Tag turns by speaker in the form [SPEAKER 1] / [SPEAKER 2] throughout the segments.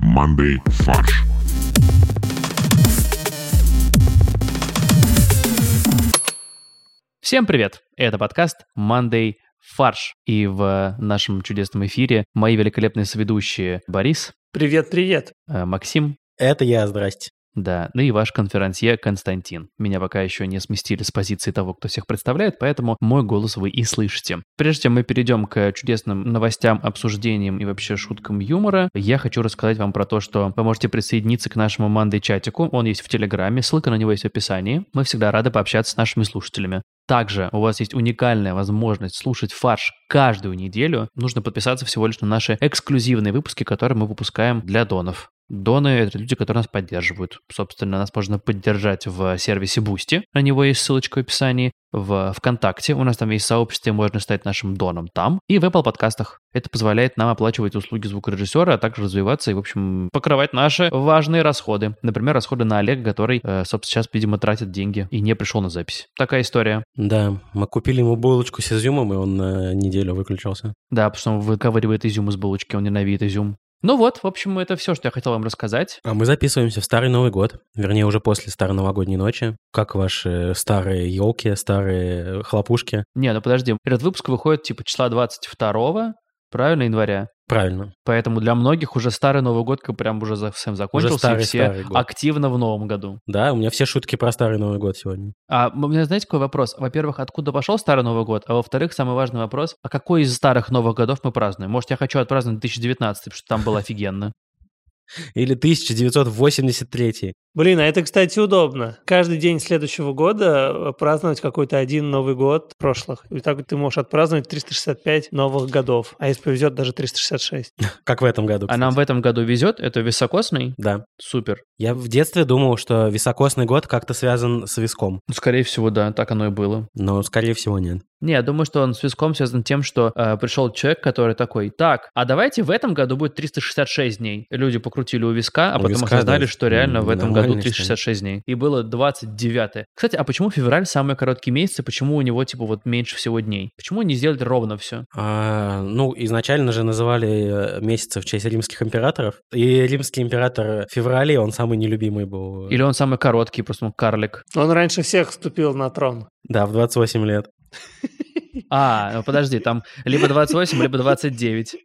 [SPEAKER 1] командой «Фарш».
[SPEAKER 2] Всем привет! Это подкаст Monday Фарш. И в нашем чудесном эфире мои великолепные соведущие Борис,
[SPEAKER 3] Привет, привет.
[SPEAKER 2] э, Максим,
[SPEAKER 4] Это я, здрасте.
[SPEAKER 2] да, ну и ваш конферансье Константин. Меня пока еще не сместили с позиции того, кто всех представляет, поэтому мой голос вы и слышите. Прежде чем мы перейдем к чудесным новостям, обсуждениям и вообще шуткам юмора, я хочу рассказать вам про то, что вы можете присоединиться к нашему Мандай чатику. Он есть в Телеграме, ссылка на него есть в описании. Мы всегда рады пообщаться с нашими слушателями. Также у вас есть уникальная возможность слушать фарш каждую неделю. Нужно подписаться всего лишь на наши эксклюзивные выпуски, которые мы выпускаем для донов. Доны — это люди, которые нас поддерживают. Собственно, нас можно поддержать в сервисе Boosty. На него есть ссылочка в описании. В ВКонтакте у нас там есть сообщество, и можно стать нашим доном там. И в Apple подкастах. Это позволяет нам оплачивать услуги звукорежиссера, а также развиваться и, в общем, покрывать наши важные расходы. Например, расходы на Олега, который, э, собственно, сейчас, видимо, тратит деньги и не пришел на запись. Такая история.
[SPEAKER 4] Да, мы купили ему булочку с изюмом, и он на неделю выключался.
[SPEAKER 2] Да, потому что он выковыривает изюм из булочки, он ненавидит изюм. Ну вот, в общем, это все, что я хотел вам рассказать.
[SPEAKER 4] А мы записываемся в Старый Новый год, вернее, уже после Старой Новогодней ночи. Как ваши старые елки, старые хлопушки?
[SPEAKER 2] Не, ну подожди, этот выпуск выходит типа числа 22 правильно, января?
[SPEAKER 4] Правильно.
[SPEAKER 2] Поэтому для многих уже старый Новый год как прям уже за- совсем закончился, и
[SPEAKER 4] старый,
[SPEAKER 2] все
[SPEAKER 4] старый год.
[SPEAKER 2] активно в новом году.
[SPEAKER 4] Да, у меня все шутки про Старый Новый год сегодня.
[SPEAKER 2] А м- у меня, знаете, какой вопрос? Во-первых, откуда пошел старый Новый год? А во-вторых, самый важный вопрос, а какой из старых Новых годов мы празднуем? Может, я хочу отпраздновать 2019, потому что там было офигенно.
[SPEAKER 4] Или 1983.
[SPEAKER 3] Блин, а это, кстати, удобно. Каждый день следующего года э, праздновать какой-то один Новый год прошлых. И так ты можешь отпраздновать 365 новых годов. А если повезет, даже 366.
[SPEAKER 4] Как в этом году,
[SPEAKER 2] А нам в
[SPEAKER 4] кстати.
[SPEAKER 2] этом году везет, это високосный?
[SPEAKER 4] Да.
[SPEAKER 2] Супер.
[SPEAKER 4] Я в детстве думал, что високосный год как-то связан с виском,
[SPEAKER 2] Ну, скорее всего, да, так оно и было.
[SPEAKER 4] но, скорее всего, нет.
[SPEAKER 2] Не, я думаю, что он с виском связан тем, что э, пришел человек, который такой, так, а давайте в этом году будет 366 дней. Люди покрутили у виска, а
[SPEAKER 4] У
[SPEAKER 2] потом
[SPEAKER 4] виска,
[SPEAKER 2] осознали,
[SPEAKER 4] да,
[SPEAKER 2] что реально в этом году
[SPEAKER 4] нормальная история.
[SPEAKER 2] 366 дней. И было 29. Кстати, а почему февраль самый короткий месяц, и почему у него, типа, вот меньше всего дней? Почему не сделать ровно все?
[SPEAKER 4] А, ну, изначально же называли э, месяцы в честь римских императоров. И римский император в феврале, он самый нелюбимый был. э,
[SPEAKER 2] Или он самый короткий, просто он карлик?
[SPEAKER 3] Он раньше всех вступил на трон.
[SPEAKER 4] Да, в 28 лет.
[SPEAKER 2] А, ну подожди, там либо 28, либо 29.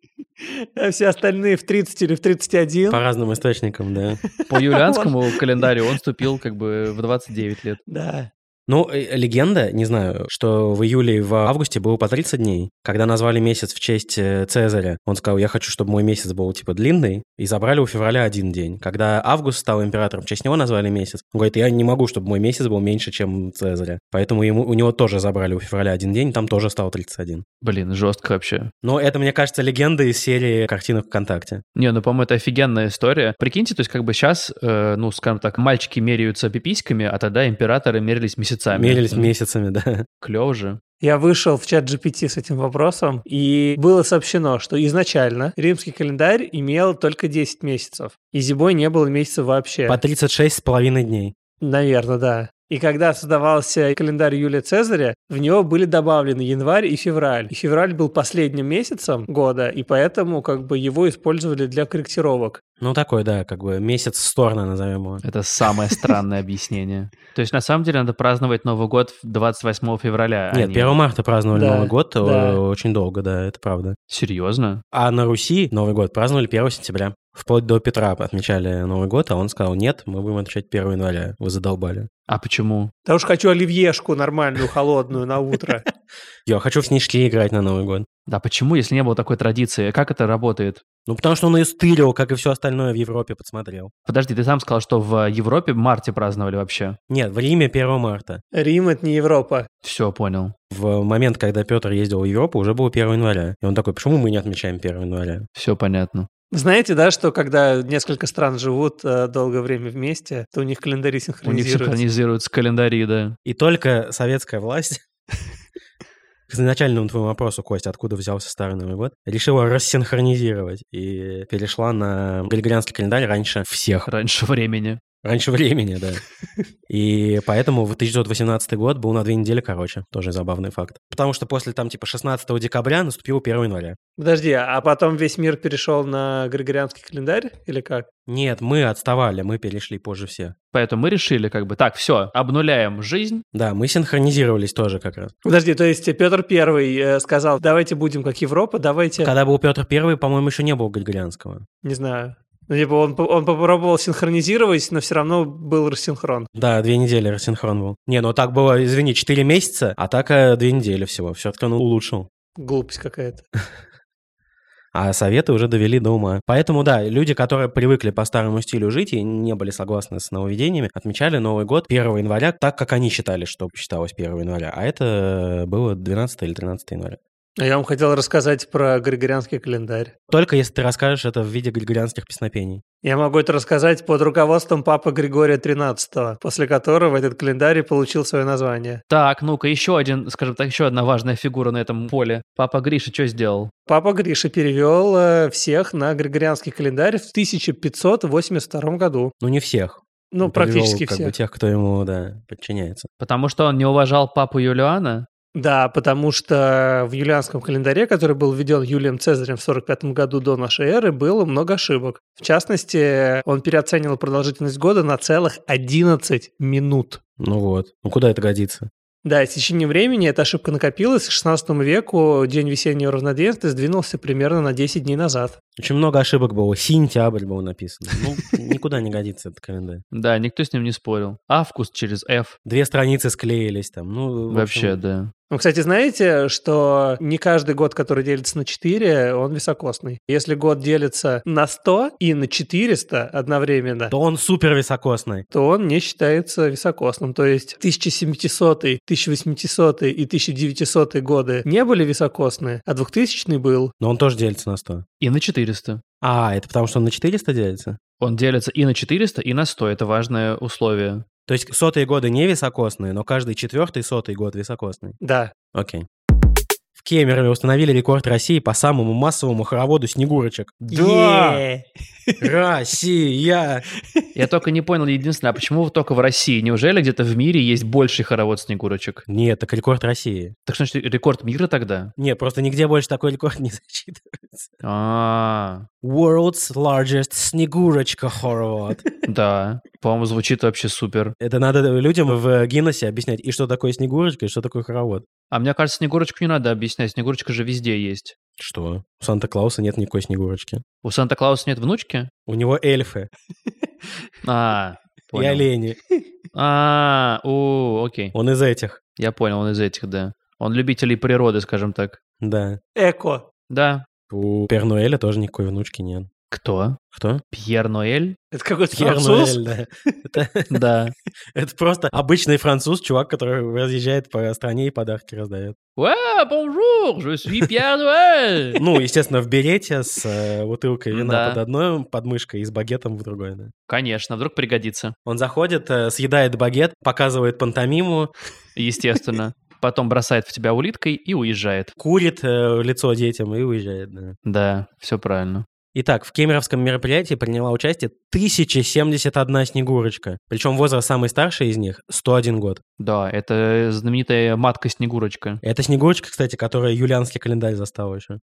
[SPEAKER 3] А все остальные в 30 или в 31.
[SPEAKER 4] По разным источникам, да.
[SPEAKER 2] По юлианскому календарю он вступил как бы в 29 лет.
[SPEAKER 3] Да.
[SPEAKER 4] Ну, э, легенда, не знаю, что в июле и в августе было по 30 дней. Когда назвали месяц в честь э, Цезаря, он сказал, я хочу, чтобы мой месяц был, типа, длинный, и забрали у февраля один день. Когда август стал императором, в честь него назвали месяц, он говорит, я не могу, чтобы мой месяц был меньше, чем Цезаря. Поэтому ему, у него тоже забрали у февраля один день, там тоже стал 31.
[SPEAKER 2] Блин, жестко вообще.
[SPEAKER 4] Но это, мне кажется, легенда из серии картинок ВКонтакте.
[SPEAKER 2] Не, ну, по-моему, это офигенная история. Прикиньте, то есть как бы сейчас, ну, скажем так, мальчики меряются пиписьками, а тогда императоры мерились месяцами.
[SPEAKER 4] Мерились месяцами, да.
[SPEAKER 2] Клево же.
[SPEAKER 3] Я вышел в чат GPT с этим вопросом, и было сообщено, что изначально римский календарь имел только 10 месяцев, и зимой не было месяца вообще.
[SPEAKER 4] По 36 с половиной дней.
[SPEAKER 3] Наверное, да. И когда создавался календарь Юлия Цезаря, в него были добавлены январь и февраль. И февраль был последним месяцем года, и поэтому как бы его использовали для корректировок.
[SPEAKER 4] Ну, такой, да, как бы месяц в сторону, назовем его.
[SPEAKER 2] Это самое странное объяснение. То есть, на самом деле, надо праздновать Новый год в 28 февраля. а
[SPEAKER 4] Нет,
[SPEAKER 2] не-
[SPEAKER 4] 1 марта праздновали
[SPEAKER 3] Да,
[SPEAKER 4] Новый год э,
[SPEAKER 3] да.
[SPEAKER 4] очень долго, да, это правда.
[SPEAKER 2] Серьезно?
[SPEAKER 4] А на Руси Новый год праздновали 1 сентября. Вплоть до Петра отмечали Новый год, а он сказал, нет, мы будем отмечать 1 января, вы задолбали.
[SPEAKER 2] А почему?
[SPEAKER 3] Да уж хочу оливьешку нормальную, холодную на утро.
[SPEAKER 4] Я хочу в снежки играть на Новый год.
[SPEAKER 2] Да почему, если не было такой традиции? Как это работает?
[SPEAKER 4] Ну, потому что он ее стырил, как и все остальное в Европе, подсмотрел.
[SPEAKER 2] Подожди, ты сам сказал, что в Европе в марте праздновали вообще.
[SPEAKER 4] Нет, в Риме 1 марта.
[SPEAKER 3] Рим — это не Европа.
[SPEAKER 2] Все, понял.
[SPEAKER 4] В момент, когда Петр ездил в Европу, уже было 1 января. И он такой, почему мы не отмечаем 1 января?
[SPEAKER 2] Все понятно.
[SPEAKER 3] Знаете, да, что когда несколько стран живут э, долгое время вместе, то у них
[SPEAKER 2] У
[SPEAKER 3] календари
[SPEAKER 2] них
[SPEAKER 3] синхронизируются.
[SPEAKER 2] синхронизируются календари, да.
[SPEAKER 4] И только советская власть к изначальному твоему вопросу, Кость, откуда взялся Старый Новый год, решила рассинхронизировать и перешла на григорианский календарь раньше всех.
[SPEAKER 2] Раньше времени.
[SPEAKER 4] Раньше времени, да. И поэтому в 1918 год был на две недели короче. Тоже забавный факт. Потому что после там типа 16 декабря наступил 1 января.
[SPEAKER 3] Подожди, а потом весь мир перешел на григорианский календарь или как?
[SPEAKER 4] Нет, мы отставали, мы перешли позже все.
[SPEAKER 2] Поэтому мы решили как бы так, все, обнуляем жизнь.
[SPEAKER 4] Да, мы синхронизировались тоже как раз.
[SPEAKER 3] Подожди, то есть Петр Первый э, сказал, давайте будем как Европа, давайте...
[SPEAKER 4] Когда был Петр Первый, по-моему, еще не было Григорианского.
[SPEAKER 3] Не знаю. Ну, типа он, по- он попробовал синхронизировать, но все равно был рассинхрон.
[SPEAKER 4] Да, две недели рассинхрон был. Не, ну так было, извини, 4 месяца, а так э, две недели всего. Все-таки он улучшил.
[SPEAKER 3] Глупость какая-то.
[SPEAKER 4] А советы уже довели до ума. Поэтому, да, люди, которые привыкли по старому стилю жить и не были согласны с нововведениями, отмечали Новый год 1 января так, как они считали, что считалось 1 января. А это было 12 или 13 января.
[SPEAKER 3] А я вам хотел рассказать про григорианский календарь.
[SPEAKER 4] Только если ты расскажешь это в виде григорианских песнопений.
[SPEAKER 3] Я могу это рассказать под руководством папы Григория XIII, после которого этот календарь и получил свое название.
[SPEAKER 2] Так, ну-ка, еще один, скажем так, еще одна важная фигура на этом поле. Папа Гриша что сделал?
[SPEAKER 3] Папа Гриша перевел всех на григорианский календарь в 1582 году.
[SPEAKER 4] Ну, не всех.
[SPEAKER 3] Ну,
[SPEAKER 4] Он
[SPEAKER 3] практически
[SPEAKER 4] привел, как
[SPEAKER 3] всех.
[SPEAKER 4] бы тех, кто ему, да, подчиняется.
[SPEAKER 2] Потому что он не уважал папу Юлиана?
[SPEAKER 3] Да, потому что в юлианском календаре, который был введен Юлием Цезарем в 45 году до нашей эры, было много ошибок. В частности, он переоценил продолжительность года на целых 11 минут.
[SPEAKER 4] Ну вот. Ну куда это годится?
[SPEAKER 3] Да, с течением времени эта ошибка накопилась. К 16 веку день весеннего равноденствия сдвинулся примерно на 10 дней назад.
[SPEAKER 4] Очень много ошибок было. Сентябрь был написано. Ну, никуда не годится этот календарь.
[SPEAKER 2] Да, никто с ним не спорил. Август через F.
[SPEAKER 4] Две страницы склеились там. Ну, в
[SPEAKER 2] Вообще,
[SPEAKER 4] общем,
[SPEAKER 2] да.
[SPEAKER 3] Вы, Ну, кстати, знаете, что не каждый год, который делится на 4, он високосный. Если год делится на 100 и на 400 одновременно,
[SPEAKER 4] То он супер високосный.
[SPEAKER 3] то он не считается високосным. То есть 1700, 1800 и 1900 годы не были високосные, а 2000 был.
[SPEAKER 4] Но он тоже делится на 100.
[SPEAKER 2] И на 400.
[SPEAKER 4] А, это потому что он на 400 делится?
[SPEAKER 2] Он делится и на 400, и на 100. Это важное условие.
[SPEAKER 4] То есть сотые годы не високосные, но каждый четвертый сотый год високосный.
[SPEAKER 3] Да.
[SPEAKER 4] Окей. В Кемерове установили рекорд России по самому массовому хороводу «Снегурочек».
[SPEAKER 3] Е.
[SPEAKER 4] Россия!
[SPEAKER 2] Я только не понял единственное, а почему только в России? Неужели где-то в мире есть больший хоровод снегурочек?
[SPEAKER 4] Нет, так рекорд России.
[SPEAKER 2] Так что, значит, рекорд мира тогда?
[SPEAKER 4] Нет, просто нигде больше такой рекорд не зачитывается.
[SPEAKER 2] А,
[SPEAKER 4] World's largest снегурочка хоровод.
[SPEAKER 2] да. По-моему, звучит вообще супер.
[SPEAKER 4] Это надо людям в Гиннессе объяснять, и что такое снегурочка, и что такое хоровод.
[SPEAKER 2] А мне кажется, Снегурочку не надо объяснять. Снегурочка же везде есть.
[SPEAKER 4] Что? У Санта-Клауса нет никакой снегурочки.
[SPEAKER 2] У Санта-Клауса нет внучки?
[SPEAKER 4] У него эльфы
[SPEAKER 2] А,
[SPEAKER 4] и
[SPEAKER 2] понял.
[SPEAKER 4] олени.
[SPEAKER 2] А, о, окей.
[SPEAKER 4] Он из этих.
[SPEAKER 2] Я понял, он из этих, да. Он любителей природы, скажем так.
[SPEAKER 4] Да.
[SPEAKER 3] Эко.
[SPEAKER 2] Да.
[SPEAKER 4] У Пернуэля тоже никакой внучки нет.
[SPEAKER 2] Кто?
[SPEAKER 4] Кто?
[SPEAKER 2] Пьер Ноэль?
[SPEAKER 3] Это какой-то француз?
[SPEAKER 4] Пернуэль, да. Это-
[SPEAKER 2] Да.
[SPEAKER 4] Это просто обычный француз, чувак, который разъезжает по стране и подарки раздает.
[SPEAKER 2] Уа, бонжур, je suis Пьер Ноэль.
[SPEAKER 4] Ну, естественно, в берете с э, бутылкой
[SPEAKER 2] Да.
[SPEAKER 4] вина под одной подмышкой и с багетом в другой. да.
[SPEAKER 2] Конечно, вдруг пригодится.
[SPEAKER 4] Он заходит, э, съедает багет, показывает пантомиму,
[SPEAKER 2] Естественно. Потом бросает в тебя улиткой и уезжает.
[SPEAKER 4] курит э, в лицо детям и уезжает. Да.
[SPEAKER 2] Да, все правильно.
[SPEAKER 4] Итак, в кемеровском мероприятии приняла участие 1071 снегурочка. Причем возраст самой старшей из них 101 год.
[SPEAKER 2] Да, это знаменитая матка Снегурочка.
[SPEAKER 4] Это снегурочка, кстати, которая юлианский календарь застала еще.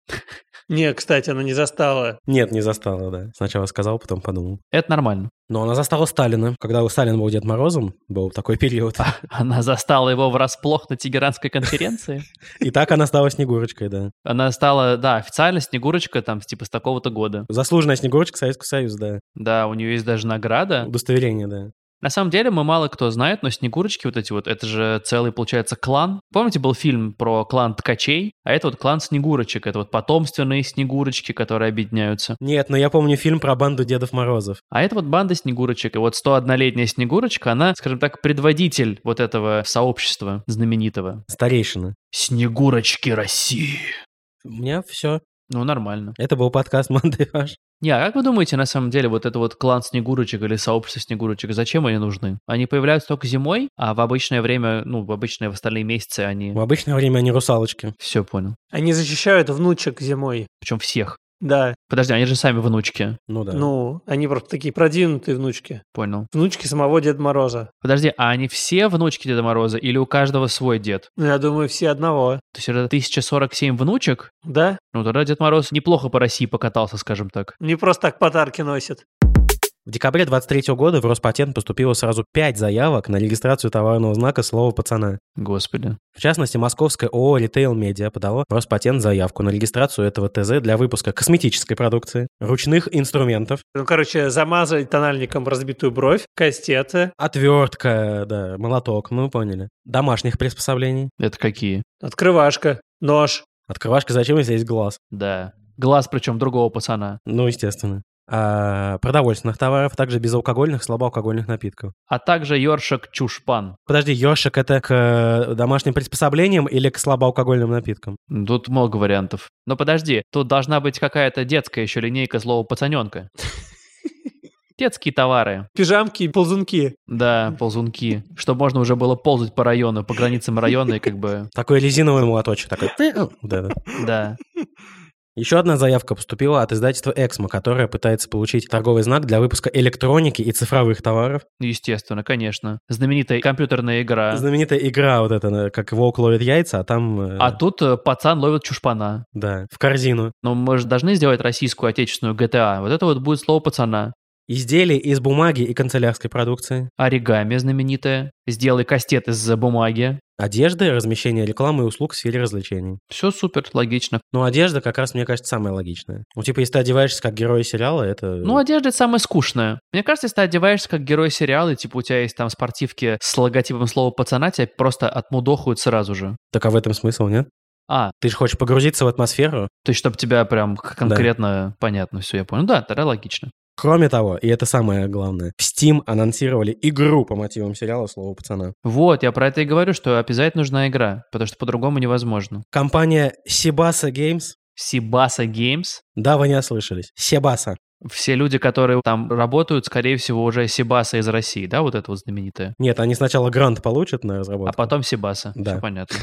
[SPEAKER 3] Не, кстати, она не застала.
[SPEAKER 4] Нет, не застала, да. Сначала сказал, потом подумал.
[SPEAKER 2] Это нормально.
[SPEAKER 4] Но она застала Сталина. Когда у Сталин был Дед Морозом, был такой период.
[SPEAKER 2] Она застала его врасплох на Тегеранской конференции.
[SPEAKER 4] И так она стала снегурочкой, да.
[SPEAKER 2] Она стала, да, официально Снегурочка там типа с такого-то года.
[SPEAKER 4] Заслуженная снегурочка Советского Союза, да.
[SPEAKER 2] Да, у нее есть даже награда.
[SPEAKER 4] Удостоверение, да.
[SPEAKER 2] На самом деле мы мало кто знает, но Снегурочки вот эти вот, это же целый, получается, клан. Помните, был фильм про клан ткачей? А это вот клан Снегурочек, это вот потомственные Снегурочки, которые объединяются.
[SPEAKER 4] Нет, но я помню фильм про банду Дедов Морозов.
[SPEAKER 2] А это вот банда Снегурочек. И вот 101-летняя Снегурочка, она, скажем так, предводитель вот этого сообщества знаменитого.
[SPEAKER 4] Старейшина.
[SPEAKER 2] Снегурочки России.
[SPEAKER 4] У меня все.
[SPEAKER 2] Ну, нормально.
[SPEAKER 4] Это был подкаст Мандеваш.
[SPEAKER 2] Не, а как вы думаете, на самом деле, вот это вот клан Снегурочек или сообщество Снегурочек, зачем они нужны? Они появляются только зимой, а в обычное время, ну, в обычные, в остальные месяцы они...
[SPEAKER 4] В обычное время они русалочки.
[SPEAKER 2] Все понял.
[SPEAKER 3] Они защищают внучек зимой.
[SPEAKER 2] Причем всех.
[SPEAKER 3] Да,
[SPEAKER 2] Подожди, они же сами внучки.
[SPEAKER 4] Ну да.
[SPEAKER 3] ну, они просто такие продвинутые внучки.
[SPEAKER 2] Понял.
[SPEAKER 3] Внучки самого Деда Мороза.
[SPEAKER 2] Подожди, а они все внучки Деда Мороза или у каждого свой дед?
[SPEAKER 3] Ну, я думаю, все одного.
[SPEAKER 2] То есть это 1047 внучек?
[SPEAKER 3] Да?
[SPEAKER 2] Ну, тогда Дед Мороз неплохо по России покатался, скажем так.
[SPEAKER 3] Не просто так подарки носят.
[SPEAKER 4] В декабре 23 года в Роспатент поступило сразу 5 заявок на регистрацию товарного знака слова пацана.
[SPEAKER 2] Господи.
[SPEAKER 4] В частности, московское ООО «Ритейл Медиа» подало в Роспатент заявку на регистрацию этого ТЗ для выпуска косметической продукции, ручных инструментов,
[SPEAKER 3] Ну, короче, замазали тональником разбитую бровь, кастеты,
[SPEAKER 4] отвертка, да, молоток, ну вы поняли, домашних приспособлений.
[SPEAKER 2] Это какие?
[SPEAKER 3] открывашка, нож.
[SPEAKER 4] Открывашка зачем, если есть глаз?
[SPEAKER 2] Да. Глаз причем другого пацана.
[SPEAKER 4] Ну, естественно. А, продовольственных товаров, а также безалкогольных, слабоалкогольных напитков.
[SPEAKER 2] А также ёршик Чушпан.
[SPEAKER 4] Подожди, ёршик это к э, домашним приспособлениям или к слабоалкогольным напиткам?
[SPEAKER 2] Тут много вариантов. Но подожди, тут должна быть какая-то детская еще линейка слова пацаненка. Детские товары.
[SPEAKER 3] Пижамки и ползунки.
[SPEAKER 2] Да, ползунки. Чтобы можно уже было ползать по району, по границам района и как бы...
[SPEAKER 4] Такой резиновый молоточек такой.
[SPEAKER 2] э,
[SPEAKER 4] Да, да.
[SPEAKER 2] Да.
[SPEAKER 4] Еще одна заявка поступила от издательства «Эксмо», которое пытается получить торговый знак для выпуска электроники и цифровых товаров.
[SPEAKER 2] Ну, Естественно, конечно. Знаменитая компьютерная игра.
[SPEAKER 4] Знаменитая игра вот эта, э, как волк ловит яйца, а там... э,
[SPEAKER 2] А тут э, пацан ловит чушпана.
[SPEAKER 4] Да, в корзину.
[SPEAKER 2] Но мы же должны сделать российскую отечественную GTA. Вот это вот будет слово пацана.
[SPEAKER 4] Изделия из бумаги и канцелярской продукции.
[SPEAKER 2] Оригами знаменитое. Сделай кастет из бумаги.
[SPEAKER 4] Одежды, размещение рекламы и услуг в сфере развлечений.
[SPEAKER 2] Все супер, логично.
[SPEAKER 4] Ну, одежда как раз, мне кажется, самая логичная. Ну, типа, если ты одеваешься как герой сериала, это...
[SPEAKER 2] Ну, одежда это самое скучное. Мне кажется, если ты одеваешься как герой сериала, и, типа у тебя есть там спортивки с логотипом слова пацана, тебя просто отмудохают сразу же.
[SPEAKER 4] Так а в этом смысл, нет?
[SPEAKER 2] А,
[SPEAKER 4] Ты же хочешь погрузиться в атмосферу.
[SPEAKER 2] то есть, чтобы тебя прям к- конкретно понятно все, я понял. Да, тогда логично.
[SPEAKER 4] Кроме того, и это самое главное, в Steam анонсировали игру по мотивам сериала «Слово пацана».
[SPEAKER 2] Вот, я про это и говорю, что обязательно нужна игра, потому что по-другому невозможно.
[SPEAKER 4] Компания Сибаса Games,
[SPEAKER 2] Сибаса Games
[SPEAKER 4] да, вы не ослышались, Сибаса,
[SPEAKER 2] все люди, которые там работают, скорее всего, уже Сибаса из России, да, вот это вот знаменитое.
[SPEAKER 4] Нет, они сначала грант получат на
[SPEAKER 2] А
[SPEAKER 4] разработку.
[SPEAKER 2] потом Сибаса.
[SPEAKER 4] Да.
[SPEAKER 2] Все понятно.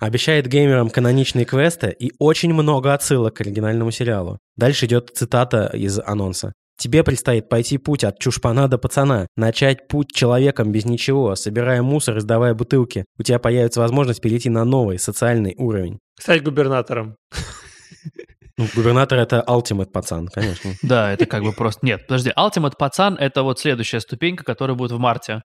[SPEAKER 4] Обещает геймерам каноничные квесты и очень много отсылок к оригинальному сериалу. Дальше идет цитата из анонса. Тебе предстоит пойти путь от чушпана до пацана, начать путь человеком без ничего, собирая мусор и сдавая бутылки. У тебя появится возможность перейти на новый социальный уровень.
[SPEAKER 3] Стать губернатором.
[SPEAKER 4] Ну, губернатор это ultimate пацан, конечно.
[SPEAKER 2] Да, это как бы просто... Нет, подожди, Ultimate Пацан — это вот следующая ступенька, которая будет в марте.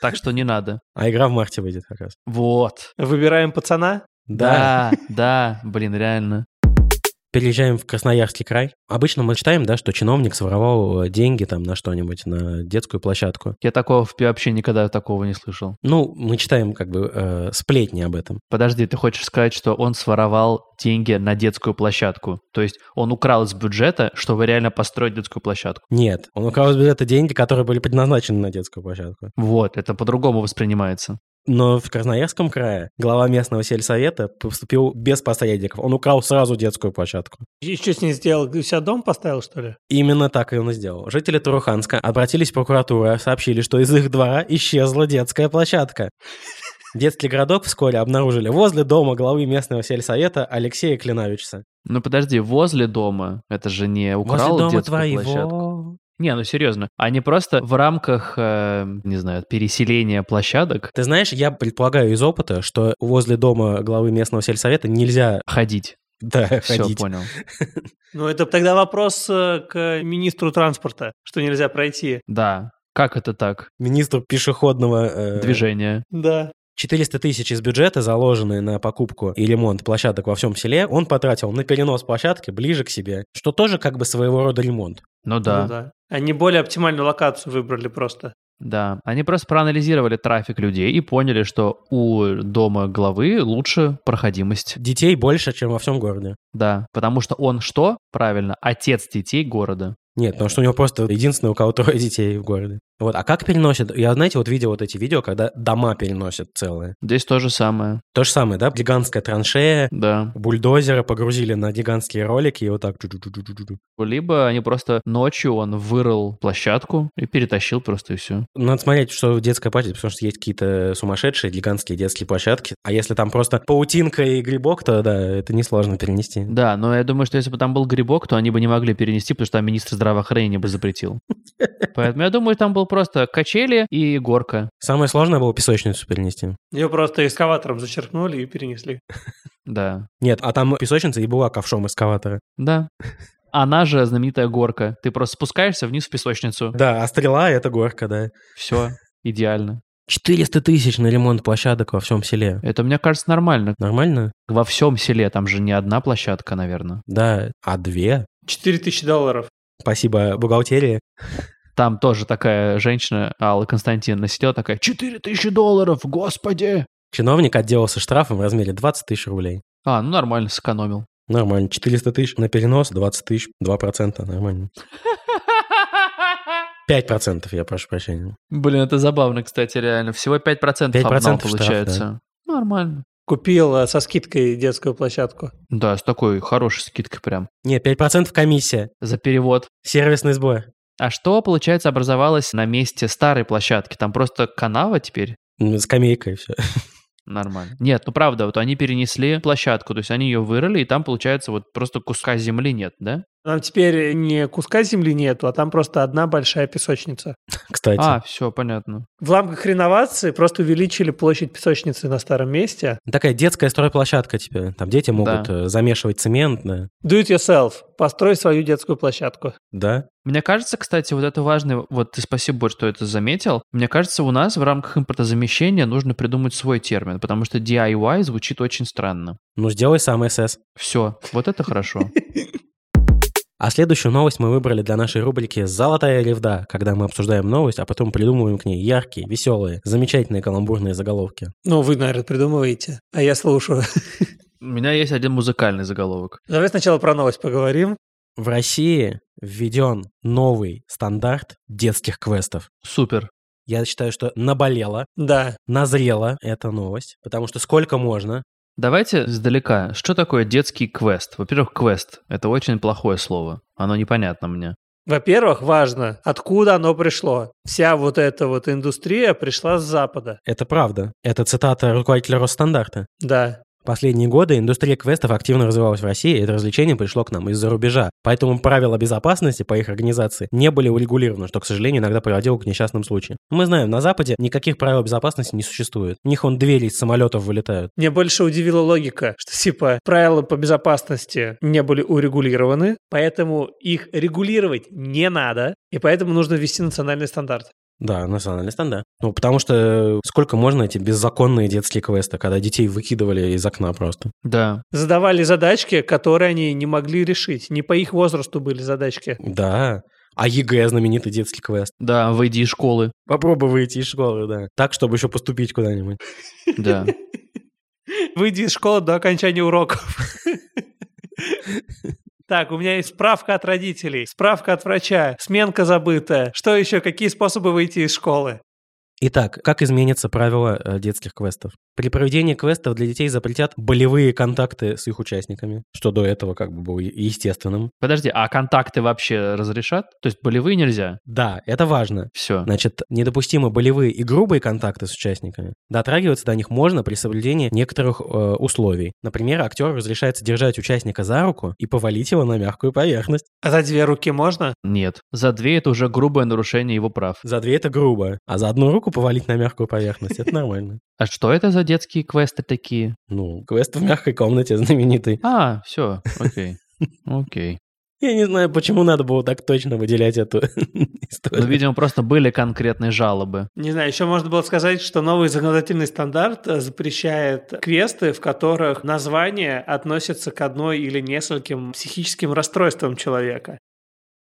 [SPEAKER 2] Так что не надо.
[SPEAKER 4] А игра в марте выйдет как раз.
[SPEAKER 2] Вот.
[SPEAKER 3] Выбираем пацана.
[SPEAKER 2] Да, да, блин, реально.
[SPEAKER 4] Переезжаем в Красноярский край. Обычно мы читаем, да, что чиновник своровал э, деньги там на что-нибудь, на детскую площадку.
[SPEAKER 2] Я такого в- вообще никогда такого не слышал.
[SPEAKER 4] Ну, мы читаем как бы э, сплетни об этом.
[SPEAKER 2] Подожди, ты хочешь сказать, что он своровал деньги на детскую площадку? То есть он украл из бюджета, чтобы реально построить детскую площадку?
[SPEAKER 4] Нет, он украл из бюджета деньги, которые были предназначены на детскую площадку.
[SPEAKER 2] Вот, это по-другому воспринимается.
[SPEAKER 4] Но в Красноярском крае глава местного сельсовета поступил без посредников. Он украл сразу детскую площадку.
[SPEAKER 3] И что с ней сделал? У себя дом поставил, что ли?
[SPEAKER 4] Именно так и он и сделал. Жители Туруханска обратились в прокуратуру, сообщили, что из их двора исчезла детская площадка. Детский городок вскоре обнаружили возле дома главы местного сельсовета Алексея Клиновича.
[SPEAKER 2] Ну подожди, возле дома, это же не украл
[SPEAKER 4] возле дома
[SPEAKER 2] детскую
[SPEAKER 4] твоего.
[SPEAKER 2] площадку. Не, ну серьезно, они просто в рамках, э, не знаю, переселения площадок
[SPEAKER 4] Ты знаешь, я предполагаю из опыта, что возле дома главы местного сельсовета нельзя
[SPEAKER 2] ходить.
[SPEAKER 4] да,
[SPEAKER 2] Все,
[SPEAKER 4] ходить.
[SPEAKER 2] понял.
[SPEAKER 3] Ну, это тогда вопрос э, к министру транспорта, что нельзя пройти.
[SPEAKER 2] Да, как это так?
[SPEAKER 4] Министру пешеходного э,
[SPEAKER 2] Движение.
[SPEAKER 3] Да.
[SPEAKER 4] 400 тысяч из бюджета, заложенные на покупку и ремонт площадок во всем селе, он потратил на перенос площадки ближе к себе, что тоже как бы своего рода ремонт.
[SPEAKER 2] Ну
[SPEAKER 3] Ну
[SPEAKER 2] да,
[SPEAKER 3] да. Они более оптимальную локацию выбрали просто.
[SPEAKER 2] да. Они просто проанализировали трафик людей и поняли, что у дома главы лучше проходимость.
[SPEAKER 4] Детей больше, чем во всем городе.
[SPEAKER 2] Да, потому что он что? Правильно, отец детей города.
[SPEAKER 4] Нет, потому что у него просто единственный, у кого трое детей в городе. Вот, а как переносят? Я, знаете, вот видел вот эти видео, когда дома переносят целые.
[SPEAKER 2] Здесь то же самое,
[SPEAKER 4] То же самое, да? Гигантская траншея,
[SPEAKER 2] да.
[SPEAKER 4] бульдозера погрузили на гигантские ролики и вот так... джу-джу-джу-джу-джу.
[SPEAKER 2] Либо они просто ночью он вырыл площадку и перетащил просто и все.
[SPEAKER 4] Надо смотреть, что в детской площадке, потому что есть какие-то сумасшедшие гигантские детские площадки. А если там просто паутинка и грибок, то да, это несложно перенести.
[SPEAKER 2] Да, но я думаю, что если бы там был грибок, то они бы не могли перенести, потому что там министр здравоохранения бы запретил. Поэтому я думаю, там был просто качели и горка.
[SPEAKER 4] Самое сложное было песочницу перенести.
[SPEAKER 3] Ее просто эскаватором зачерпнули и перенесли.
[SPEAKER 2] Да.
[SPEAKER 4] Нет, а там песочница и была ковшом эскаватора.
[SPEAKER 2] Да. Она же знаменитая горка. Ты просто спускаешься вниз в песочницу.
[SPEAKER 4] Да, а стрела — это горка, да.
[SPEAKER 2] Все, идеально.
[SPEAKER 4] 400 тысяч на ремонт площадок во всем селе.
[SPEAKER 2] Это, мне кажется, нормально.
[SPEAKER 4] Нормально?
[SPEAKER 2] Во всем селе там же не одна площадка, наверное.
[SPEAKER 4] Да. А две?
[SPEAKER 3] 4000 долларов.
[SPEAKER 4] Спасибо бухгалтерии.
[SPEAKER 2] Там тоже такая женщина, Алла Константиновна, сидела такая, 4000 долларов, господи!
[SPEAKER 4] Чиновник отделался штрафом в размере 20 тысяч рублей.
[SPEAKER 2] А, ну нормально, сэкономил.
[SPEAKER 4] Нормально. 400 тысяч на перенос, 20 тысяч, 2%. Нормально. 5% я прошу прощения.
[SPEAKER 2] Блин, это забавно, кстати, реально. Всего 5%, 5%
[SPEAKER 4] 5%
[SPEAKER 2] обнал
[SPEAKER 4] штраф,
[SPEAKER 2] получается. Нормально.
[SPEAKER 3] Купил э, со скидкой детскую площадку.
[SPEAKER 2] Да, с такой хорошей скидкой прям.
[SPEAKER 4] Не, 5% комиссия.
[SPEAKER 2] За перевод.
[SPEAKER 4] Сервисный сбой.
[SPEAKER 2] А что, получается, образовалось на месте старой площадки? Там просто канава теперь?
[SPEAKER 4] М, Скамейка и все.
[SPEAKER 2] Нормально. Нет, ну правда, вот они перенесли площадку, то есть они ее вырыли, и там, получается, вот просто куска земли нет, да?
[SPEAKER 3] Там теперь не куска земли нету, а там просто одна большая песочница.
[SPEAKER 4] Кстати.
[SPEAKER 2] А, все, понятно.
[SPEAKER 3] В рамках реновации просто увеличили площадь песочницы на старом месте.
[SPEAKER 4] Такая детская стройплощадка теперь. Там дети могут э, замешивать цемент. Да.
[SPEAKER 3] Do it yourself. Построй свою детскую площадку.
[SPEAKER 4] да.
[SPEAKER 2] Мне кажется, кстати, вот это важно, вот ты спасибо, Борь, что это заметил. Мне кажется, у нас в рамках импортозамещения нужно придумать свой термин, потому что DIY звучит очень странно.
[SPEAKER 4] Ну, сделай сам СС.
[SPEAKER 2] Все, вот это хорошо.
[SPEAKER 4] А следующую новость мы выбрали для нашей рубрики «Золотая ревда», когда мы обсуждаем новость, а потом придумываем к ней яркие, веселые, замечательные каламбурные заголовки.
[SPEAKER 3] Ну, вы, наверное, придумываете, а я слушаю.
[SPEAKER 2] У меня есть один музыкальный заголовок.
[SPEAKER 3] Давай сначала про новость поговорим.
[SPEAKER 4] В России введен новый стандарт детских квестов.
[SPEAKER 2] Супер.
[SPEAKER 4] Я считаю, что наболела,
[SPEAKER 3] Да,
[SPEAKER 4] назрела эта новость, потому что сколько можно,
[SPEAKER 2] Давайте сдалека. Что такое детский квест? Во-первых, квест — это очень плохое слово. Оно непонятно мне.
[SPEAKER 3] во-первых, важно, откуда оно пришло. Вся вот эта вот индустрия пришла с Запада.
[SPEAKER 4] это правда. Это цитата руководителя Росстандарта.
[SPEAKER 3] Да.
[SPEAKER 4] Последние годы индустрия квестов активно развивалась в России, и это развлечение пришло к нам из-за рубежа. Поэтому правила безопасности по их организации не были урегулированы, что, к сожалению, иногда приводило к несчастным случаям. Мы знаем, на Западе никаких правил безопасности не существует. У них он двери из самолетов вылетают.
[SPEAKER 3] Мне больше удивила логика, что типа правила по безопасности не были урегулированы, поэтому их регулировать не надо, и поэтому нужно ввести национальный стандарт.
[SPEAKER 4] Да, национальный стандарт. Ну, потому что сколько можно эти беззаконные детские квесты, когда детей выкидывали из окна просто.
[SPEAKER 2] Да.
[SPEAKER 3] Задавали задачки, которые они не могли решить. Не по их возрасту были задачки.
[SPEAKER 4] Да. А ЕГЭ знаменитый детский квест.
[SPEAKER 2] Да, выйди из школы.
[SPEAKER 4] Попробуй выйти из школы, да. Так, чтобы еще поступить куда-нибудь.
[SPEAKER 2] Да.
[SPEAKER 3] Выйди из школы до окончания уроков. Так, у меня есть справка от родителей, справка от врача, сменка забытая. Что еще? Какие способы выйти из школы?
[SPEAKER 4] Итак, как изменятся правила э, детских квестов? При проведении квестов для детей запретят болевые контакты с их участниками, что до этого как бы было е- естественным.
[SPEAKER 2] Подожди, а контакты вообще разрешат? То есть болевые нельзя?
[SPEAKER 4] Да, это важно.
[SPEAKER 2] Все.
[SPEAKER 4] Значит, недопустимы болевые и грубые контакты с участниками. Дотрагиваться до них можно при соблюдении некоторых э, условий. Например, актеру разрешается держать участника за руку и повалить его на мягкую поверхность.
[SPEAKER 3] А за две руки можно?
[SPEAKER 2] Нет. За две это уже грубое нарушение его прав.
[SPEAKER 4] За две это грубо, а за одну руку повалить на мягкую поверхность это нормально.
[SPEAKER 2] А что это за детские квесты такие?
[SPEAKER 4] Ну, квест в мягкой комнате знаменитый.
[SPEAKER 2] А, все, окей. Окей.
[SPEAKER 4] Я не знаю, почему надо было так точно выделять эту
[SPEAKER 2] Ну,
[SPEAKER 4] историю.
[SPEAKER 2] видимо, просто были конкретные жалобы.
[SPEAKER 3] Не знаю, еще можно было сказать, что новый законодательный стандарт э, запрещает квесты, в которых название относится к одной или нескольким психическим расстройствам человека.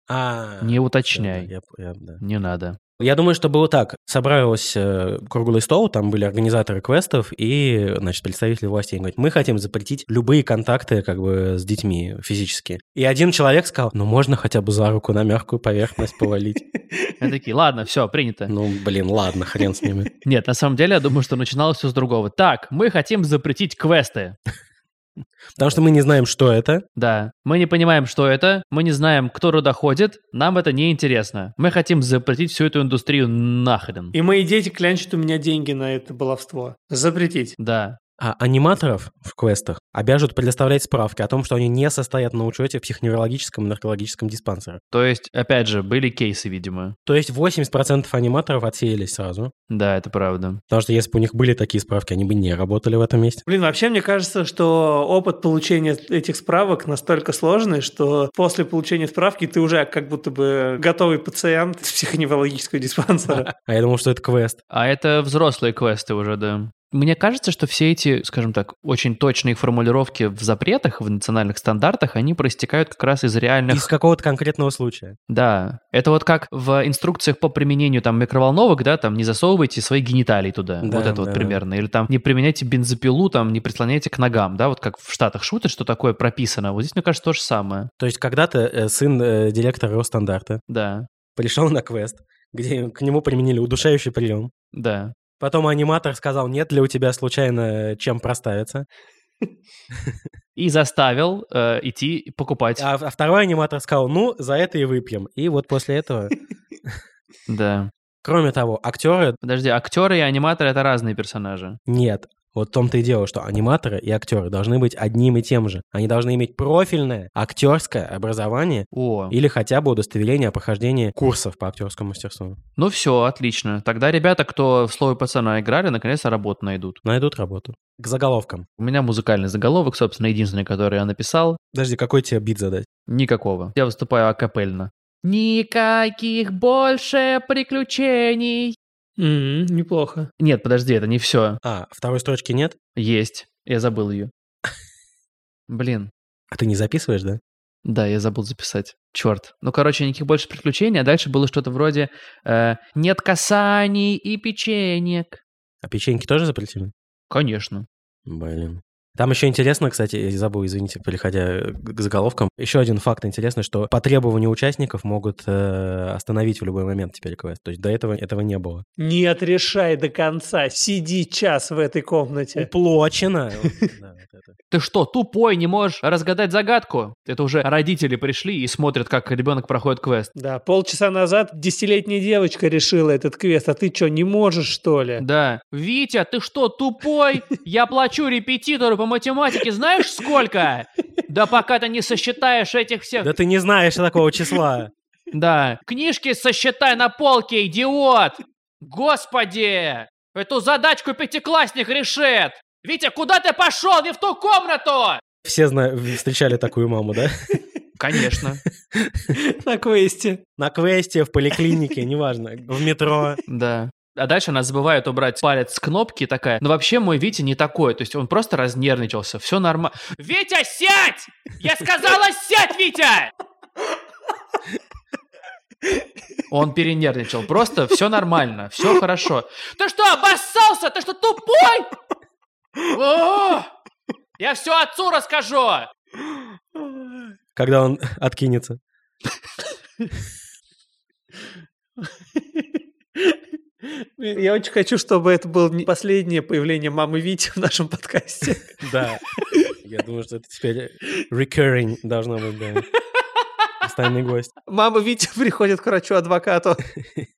[SPEAKER 4] А,
[SPEAKER 2] Не
[SPEAKER 4] да, да,
[SPEAKER 2] уточняй.
[SPEAKER 4] я- я- да.
[SPEAKER 2] Не надо.
[SPEAKER 4] Я думаю, что было так. Собралось э, круглый стол, там были организаторы квестов и, значит, представители властей. Они говорят, мы хотим запретить любые контакты как бы с детьми физически. И один человек сказал, ну можно хотя бы за руку на мягкую поверхность повалить.
[SPEAKER 2] Они такие, ладно, все, принято.
[SPEAKER 4] Ну, блин, ладно, хрен с ними.
[SPEAKER 2] Нет, на самом деле, я думаю, что начиналось все с другого. Так, мы хотим запретить квесты.
[SPEAKER 4] Потому что мы не знаем, что это.
[SPEAKER 2] Да, мы не понимаем, что это, мы не знаем, кто туда ходит, нам это не интересно. Мы хотим запретить всю эту индустрию нахрен.
[SPEAKER 3] И мои дети клянчат у меня деньги на это баловство. Запретить.
[SPEAKER 2] Да.
[SPEAKER 4] А аниматоров в квестах обяжут предоставлять справки о том, что они не состоят на учете в психоневрологическом и наркологическом диспансере.
[SPEAKER 2] То есть, опять же, были кейсы, видимо.
[SPEAKER 4] То есть 80% аниматоров отсеялись сразу.
[SPEAKER 2] Да, это правда.
[SPEAKER 4] Потому что если бы у них были такие справки, они бы не работали в этом месте.
[SPEAKER 3] Блин, вообще мне кажется, что опыт получения этих справок настолько сложный, что после получения справки ты уже как будто бы готовый пациент психоневрологического диспансера.
[SPEAKER 4] А я думал, что это квест.
[SPEAKER 2] А это взрослые квесты уже, да. Мне кажется, что все эти, скажем так, очень точные формулировки в запретах, в национальных стандартах, они проистекают как раз из реальных...
[SPEAKER 4] Из какого-то конкретного случая.
[SPEAKER 2] Да. Это вот как в инструкциях по применению там микроволновок, да, там не засовывайте свои гениталии туда.
[SPEAKER 4] Да,
[SPEAKER 2] вот это вот
[SPEAKER 4] да.
[SPEAKER 2] примерно. Или там не применяйте бензопилу, там не прислоняйте к ногам, да, вот как в Штатах шутят, что такое прописано. Вот здесь, мне кажется, то же самое.
[SPEAKER 4] То есть когда-то э, сын э, директора Росстандарта
[SPEAKER 2] Да,
[SPEAKER 4] пришел на квест, где к нему применили удушающий прием.
[SPEAKER 2] да.
[SPEAKER 4] Потом аниматор сказал, нет ли у тебя случайно э, чем проставиться.
[SPEAKER 2] И заставил э, идти покупать.
[SPEAKER 4] А, а второй аниматор сказал, ну, за это и выпьем. И вот после этого...
[SPEAKER 2] Да.
[SPEAKER 4] Кроме того, актеры...
[SPEAKER 2] Подожди, актеры и аниматоры — это разные персонажи.
[SPEAKER 4] Нет. Вот в том-то и дело, что аниматоры и актеры должны быть одним и тем же. Они должны иметь профильное актерское образование
[SPEAKER 2] О,
[SPEAKER 4] или хотя бы удостоверение о прохождении курсов по актерскому мастерству.
[SPEAKER 2] ну все, отлично. Тогда ребята, кто в слове пацана играли, наконец-то работу найдут.
[SPEAKER 4] Найдут работу. К заголовкам.
[SPEAKER 2] У меня музыкальный заголовок, собственно, единственный, который я написал.
[SPEAKER 4] Подожди, какой тебе бит задать?
[SPEAKER 2] Никакого. Я выступаю акапельно. Никаких больше приключений.
[SPEAKER 3] М, Неплохо.
[SPEAKER 2] Нет, подожди, это не все.
[SPEAKER 4] А, второй строчки нет?
[SPEAKER 2] Есть. Я забыл ее. Блин.
[SPEAKER 4] А ты не записываешь, да?
[SPEAKER 2] Да, я забыл записать. Черт. Ну, короче, никаких больше приключений, а дальше было что-то вроде э, «Нет касаний и печенек».
[SPEAKER 4] А печеньки тоже запретили?
[SPEAKER 2] Конечно.
[SPEAKER 4] Блин. Там еще интересно, кстати, я забыл, извините, переходя э, к заголовкам. Еще один факт интересный, что по требованию участников могут э, остановить в любой момент теперь квест. То есть до этого этого не было.
[SPEAKER 3] Не отрешай до конца. Сиди час в этой комнате.
[SPEAKER 4] Уплочено. Э, Да, вот это.
[SPEAKER 2] Ты что, тупой, не можешь разгадать загадку? Это уже родители пришли и смотрят, как ребенок проходит квест.
[SPEAKER 3] Да, полчаса назад десятилетняя девочка решила этот квест, а ты что, не можешь, что ли?
[SPEAKER 2] Да. Витя, ты что, тупой? Я плачу репетитору по математике, знаешь сколько? Да пока ты не сосчитаешь этих всех.
[SPEAKER 4] Да ты не знаешь такого числа.
[SPEAKER 2] Да. Книжки сосчитай на полке, идиот! Господи! Эту задачку пятиклассник решит! Витя, куда ты пошел? Не в ту комнату!
[SPEAKER 4] Все зна- встречали такую маму, да?
[SPEAKER 2] Конечно,
[SPEAKER 3] На квесте.
[SPEAKER 4] На квесте, в поликлинике, неважно, в метро.
[SPEAKER 2] да. А дальше она забывает убрать палец с кнопки и такая. Ну вообще мой Витя не такой, то есть он просто разнервничался, все нормально. Витя, сядь! Я сказала, сядь, Витя! Он перенервничал, просто все нормально, все хорошо. Ты что, обоссался? Ты что, тупой? О! Я все отцу расскажу!
[SPEAKER 4] Когда он откинется.
[SPEAKER 3] Я очень хочу, чтобы это было не последнее появление мамы Вити в нашем подкасте.
[SPEAKER 4] Да. Я думаю, что это теперь recurring должно быть, да. Постоянный гость.
[SPEAKER 3] Мама Вити приходит к врачу-адвокату.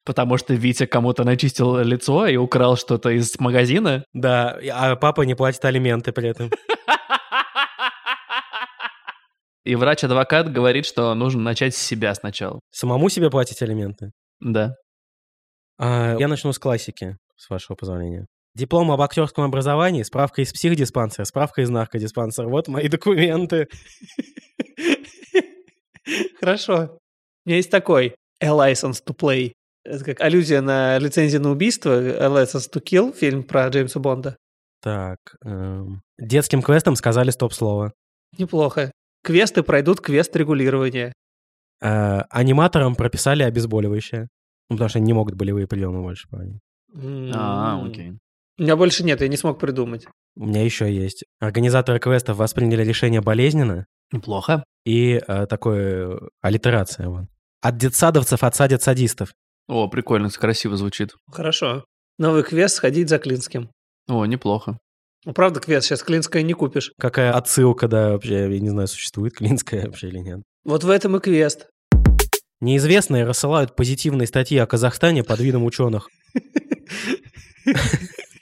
[SPEAKER 2] Потому что Витя кому-то начистил лицо и украл что-то из магазина.
[SPEAKER 4] Да, и- а папа не платит алименты при этом.
[SPEAKER 2] И врач-адвокат говорит, что нужно начать с себя сначала.
[SPEAKER 4] Самому себе платить алименты?
[SPEAKER 2] Да.
[SPEAKER 4] А, я начну с классики, с вашего позволения. Диплом об актерском образовании, справка из психдиспансера, справка из наркодиспансера. Вот мои документы.
[SPEAKER 3] Хорошо. У меня есть такой A License to Play. Это как аллюзия на лицензию на убийство, A License to Kill, фильм про Джеймса Бонда.
[SPEAKER 4] Так, эм, детским квестом сказали стоп-слово.
[SPEAKER 3] Неплохо. Квесты пройдут квест регулирования.
[SPEAKER 4] Э, аниматорам прописали обезболивающее. Ну, потому что они не могут болевые приемы больше проводить.
[SPEAKER 2] А,
[SPEAKER 3] М.
[SPEAKER 2] окей.
[SPEAKER 3] У меня больше нет, я не смог придумать.
[SPEAKER 4] У меня еще есть. Организаторы квестов восприняли решение болезненно,
[SPEAKER 2] Неплохо.
[SPEAKER 4] и э, такое э, аллитерация. Вот. От детсадовцев отсадят садистов.
[SPEAKER 2] О, прикольно, красиво звучит.
[SPEAKER 3] Хорошо. Новый квест сходить за Клинским.
[SPEAKER 2] О, неплохо.
[SPEAKER 3] Ну, правда, квест сейчас Клинское не купишь.
[SPEAKER 4] Какая отсылка, да, вообще, я не знаю, существует клинская вообще или нет.
[SPEAKER 3] Вот в этом и квест.
[SPEAKER 4] Неизвестные рассылают позитивные статьи о Казахстане под видом ученых.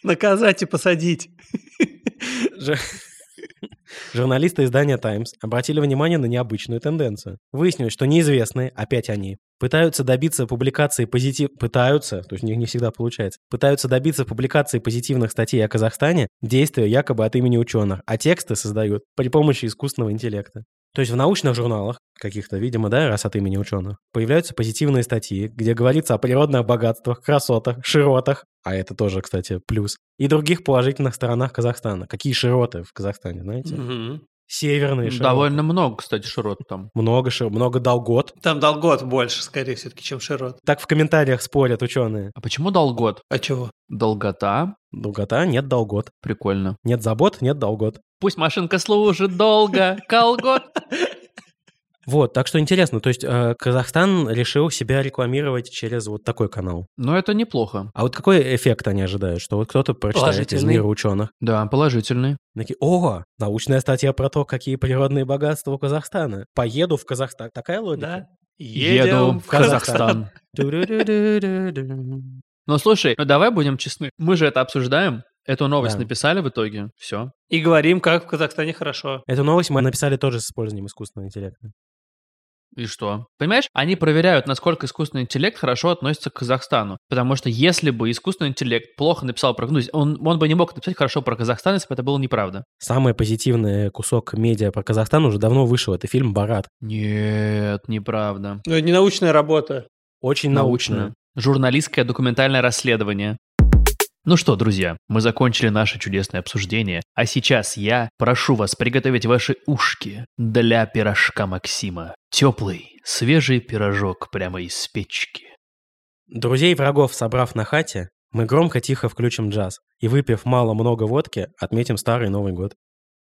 [SPEAKER 3] Наказать и посадить.
[SPEAKER 4] Журналисты издания «Таймс» обратили внимание на необычную тенденцию. Выяснилось, что неизвестные, опять они, пытаются добиться публикации позитив... Пытаются, то есть у них не всегда получается. Пытаются добиться публикации позитивных статей о Казахстане, действия якобы от имени ученых, а тексты создают при помощи искусственного интеллекта. То есть в научных журналах, каких-то, видимо, да, раз от имени ученых, появляются позитивные статьи, где говорится о природных богатствах, красотах, широтах, а это тоже, кстати, плюс, и других положительных сторонах Казахстана. Какие широты в Казахстане, знаете?
[SPEAKER 3] Мгм.
[SPEAKER 4] Северные широты.
[SPEAKER 2] Довольно много, кстати, широт там.
[SPEAKER 4] Много шир... много долгот.
[SPEAKER 3] Там долгот больше, скорее, все-таки, чем широт.
[SPEAKER 4] Так в комментариях спорят ученые.
[SPEAKER 2] А почему долгот?
[SPEAKER 3] А чего?
[SPEAKER 2] Долгота.
[SPEAKER 4] Долгота нет долгот.
[SPEAKER 2] Прикольно.
[SPEAKER 4] Нет забот, нет долгот.
[SPEAKER 2] Пусть машинка служит долго. Колгот.
[SPEAKER 4] Вот, так что интересно, то есть э, Казахстан решил себя рекламировать через вот такой канал.
[SPEAKER 2] Но это неплохо.
[SPEAKER 4] А вот какой эффект они ожидают, что вот кто-то прочитает из
[SPEAKER 3] Положительный.
[SPEAKER 4] мира ученых,
[SPEAKER 2] Да, положительный.
[SPEAKER 4] такие, о, научная статья про то, какие природные богатства у Казахстана. Поеду в Казахстан. Такая логика?
[SPEAKER 3] Да. Едем
[SPEAKER 4] в Казахстан.
[SPEAKER 2] Казахстан. Ну слушай, ну давай будем честны. Мы же это обсуждаем. Эту новость
[SPEAKER 4] Да.
[SPEAKER 2] написали в итоге. Все.
[SPEAKER 3] И говорим, как в Казахстане хорошо.
[SPEAKER 4] Эту новость мы написали тоже с использованием искусственного интеллекта.
[SPEAKER 2] И что? Понимаешь, они проверяют, насколько искусственный интеллект хорошо относится к Казахстану. Потому что если бы искусственный интеллект плохо написал про... Ну, он, он бы не мог написать хорошо про Казахстан, если бы это было неправда.
[SPEAKER 4] Самый позитивный кусок медиа про Казахстан уже давно вышел. Это фильм «Барат».
[SPEAKER 2] Нет, неправда.
[SPEAKER 3] Ну, это не научная работа.
[SPEAKER 4] Очень научно.
[SPEAKER 2] Научно. Журналистское документальное расследование. Ну что, друзья, мы закончили наше чудесное обсуждение, а сейчас я прошу вас приготовить ваши ушки для пирожка Максима. Теплый, свежий пирожок прямо из печки.
[SPEAKER 4] Друзей и врагов собрав на хате, мы громко-тихо включим джаз и, выпив мало-много водки, отметим старый Новый год.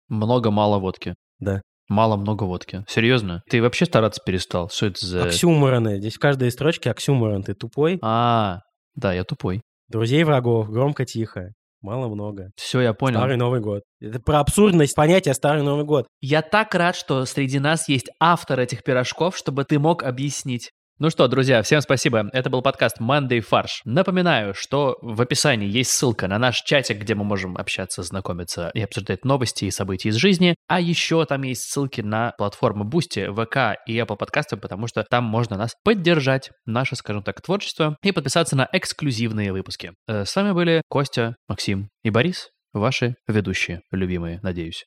[SPEAKER 2] Много-мало водки.
[SPEAKER 4] Да.
[SPEAKER 2] Мало-много водки. Серьезно? Ты вообще стараться перестал? Что
[SPEAKER 4] А
[SPEAKER 2] это за...
[SPEAKER 4] Оксюмороны. Здесь в каждой строчке оксюморон. Ты тупой.
[SPEAKER 2] А, да, я тупой.
[SPEAKER 4] Друзей и врагов громко-тихо. Мало-много.
[SPEAKER 2] Все, я понял.
[SPEAKER 4] Старый Новый год. Это про абсурдность понятия «Старый Новый год».
[SPEAKER 2] Я так рад, что среди нас есть автор этих пирожков, чтобы ты мог объяснить. Ну что, друзья, всем спасибо. Это был подкаст «Мандай фарш». Напоминаю, что в описании есть ссылка на наш чатик, где мы можем общаться, знакомиться и обсуждать новости и события из жизни. А еще там есть ссылки на платформы Boosty, ВК и Apple подкасты, потому что там можно нас поддержать, наше, скажем так, творчество, и подписаться на эксклюзивные выпуски. Э, С вами были Костя, Максим и Борис, ваши ведущие, любимые, надеюсь.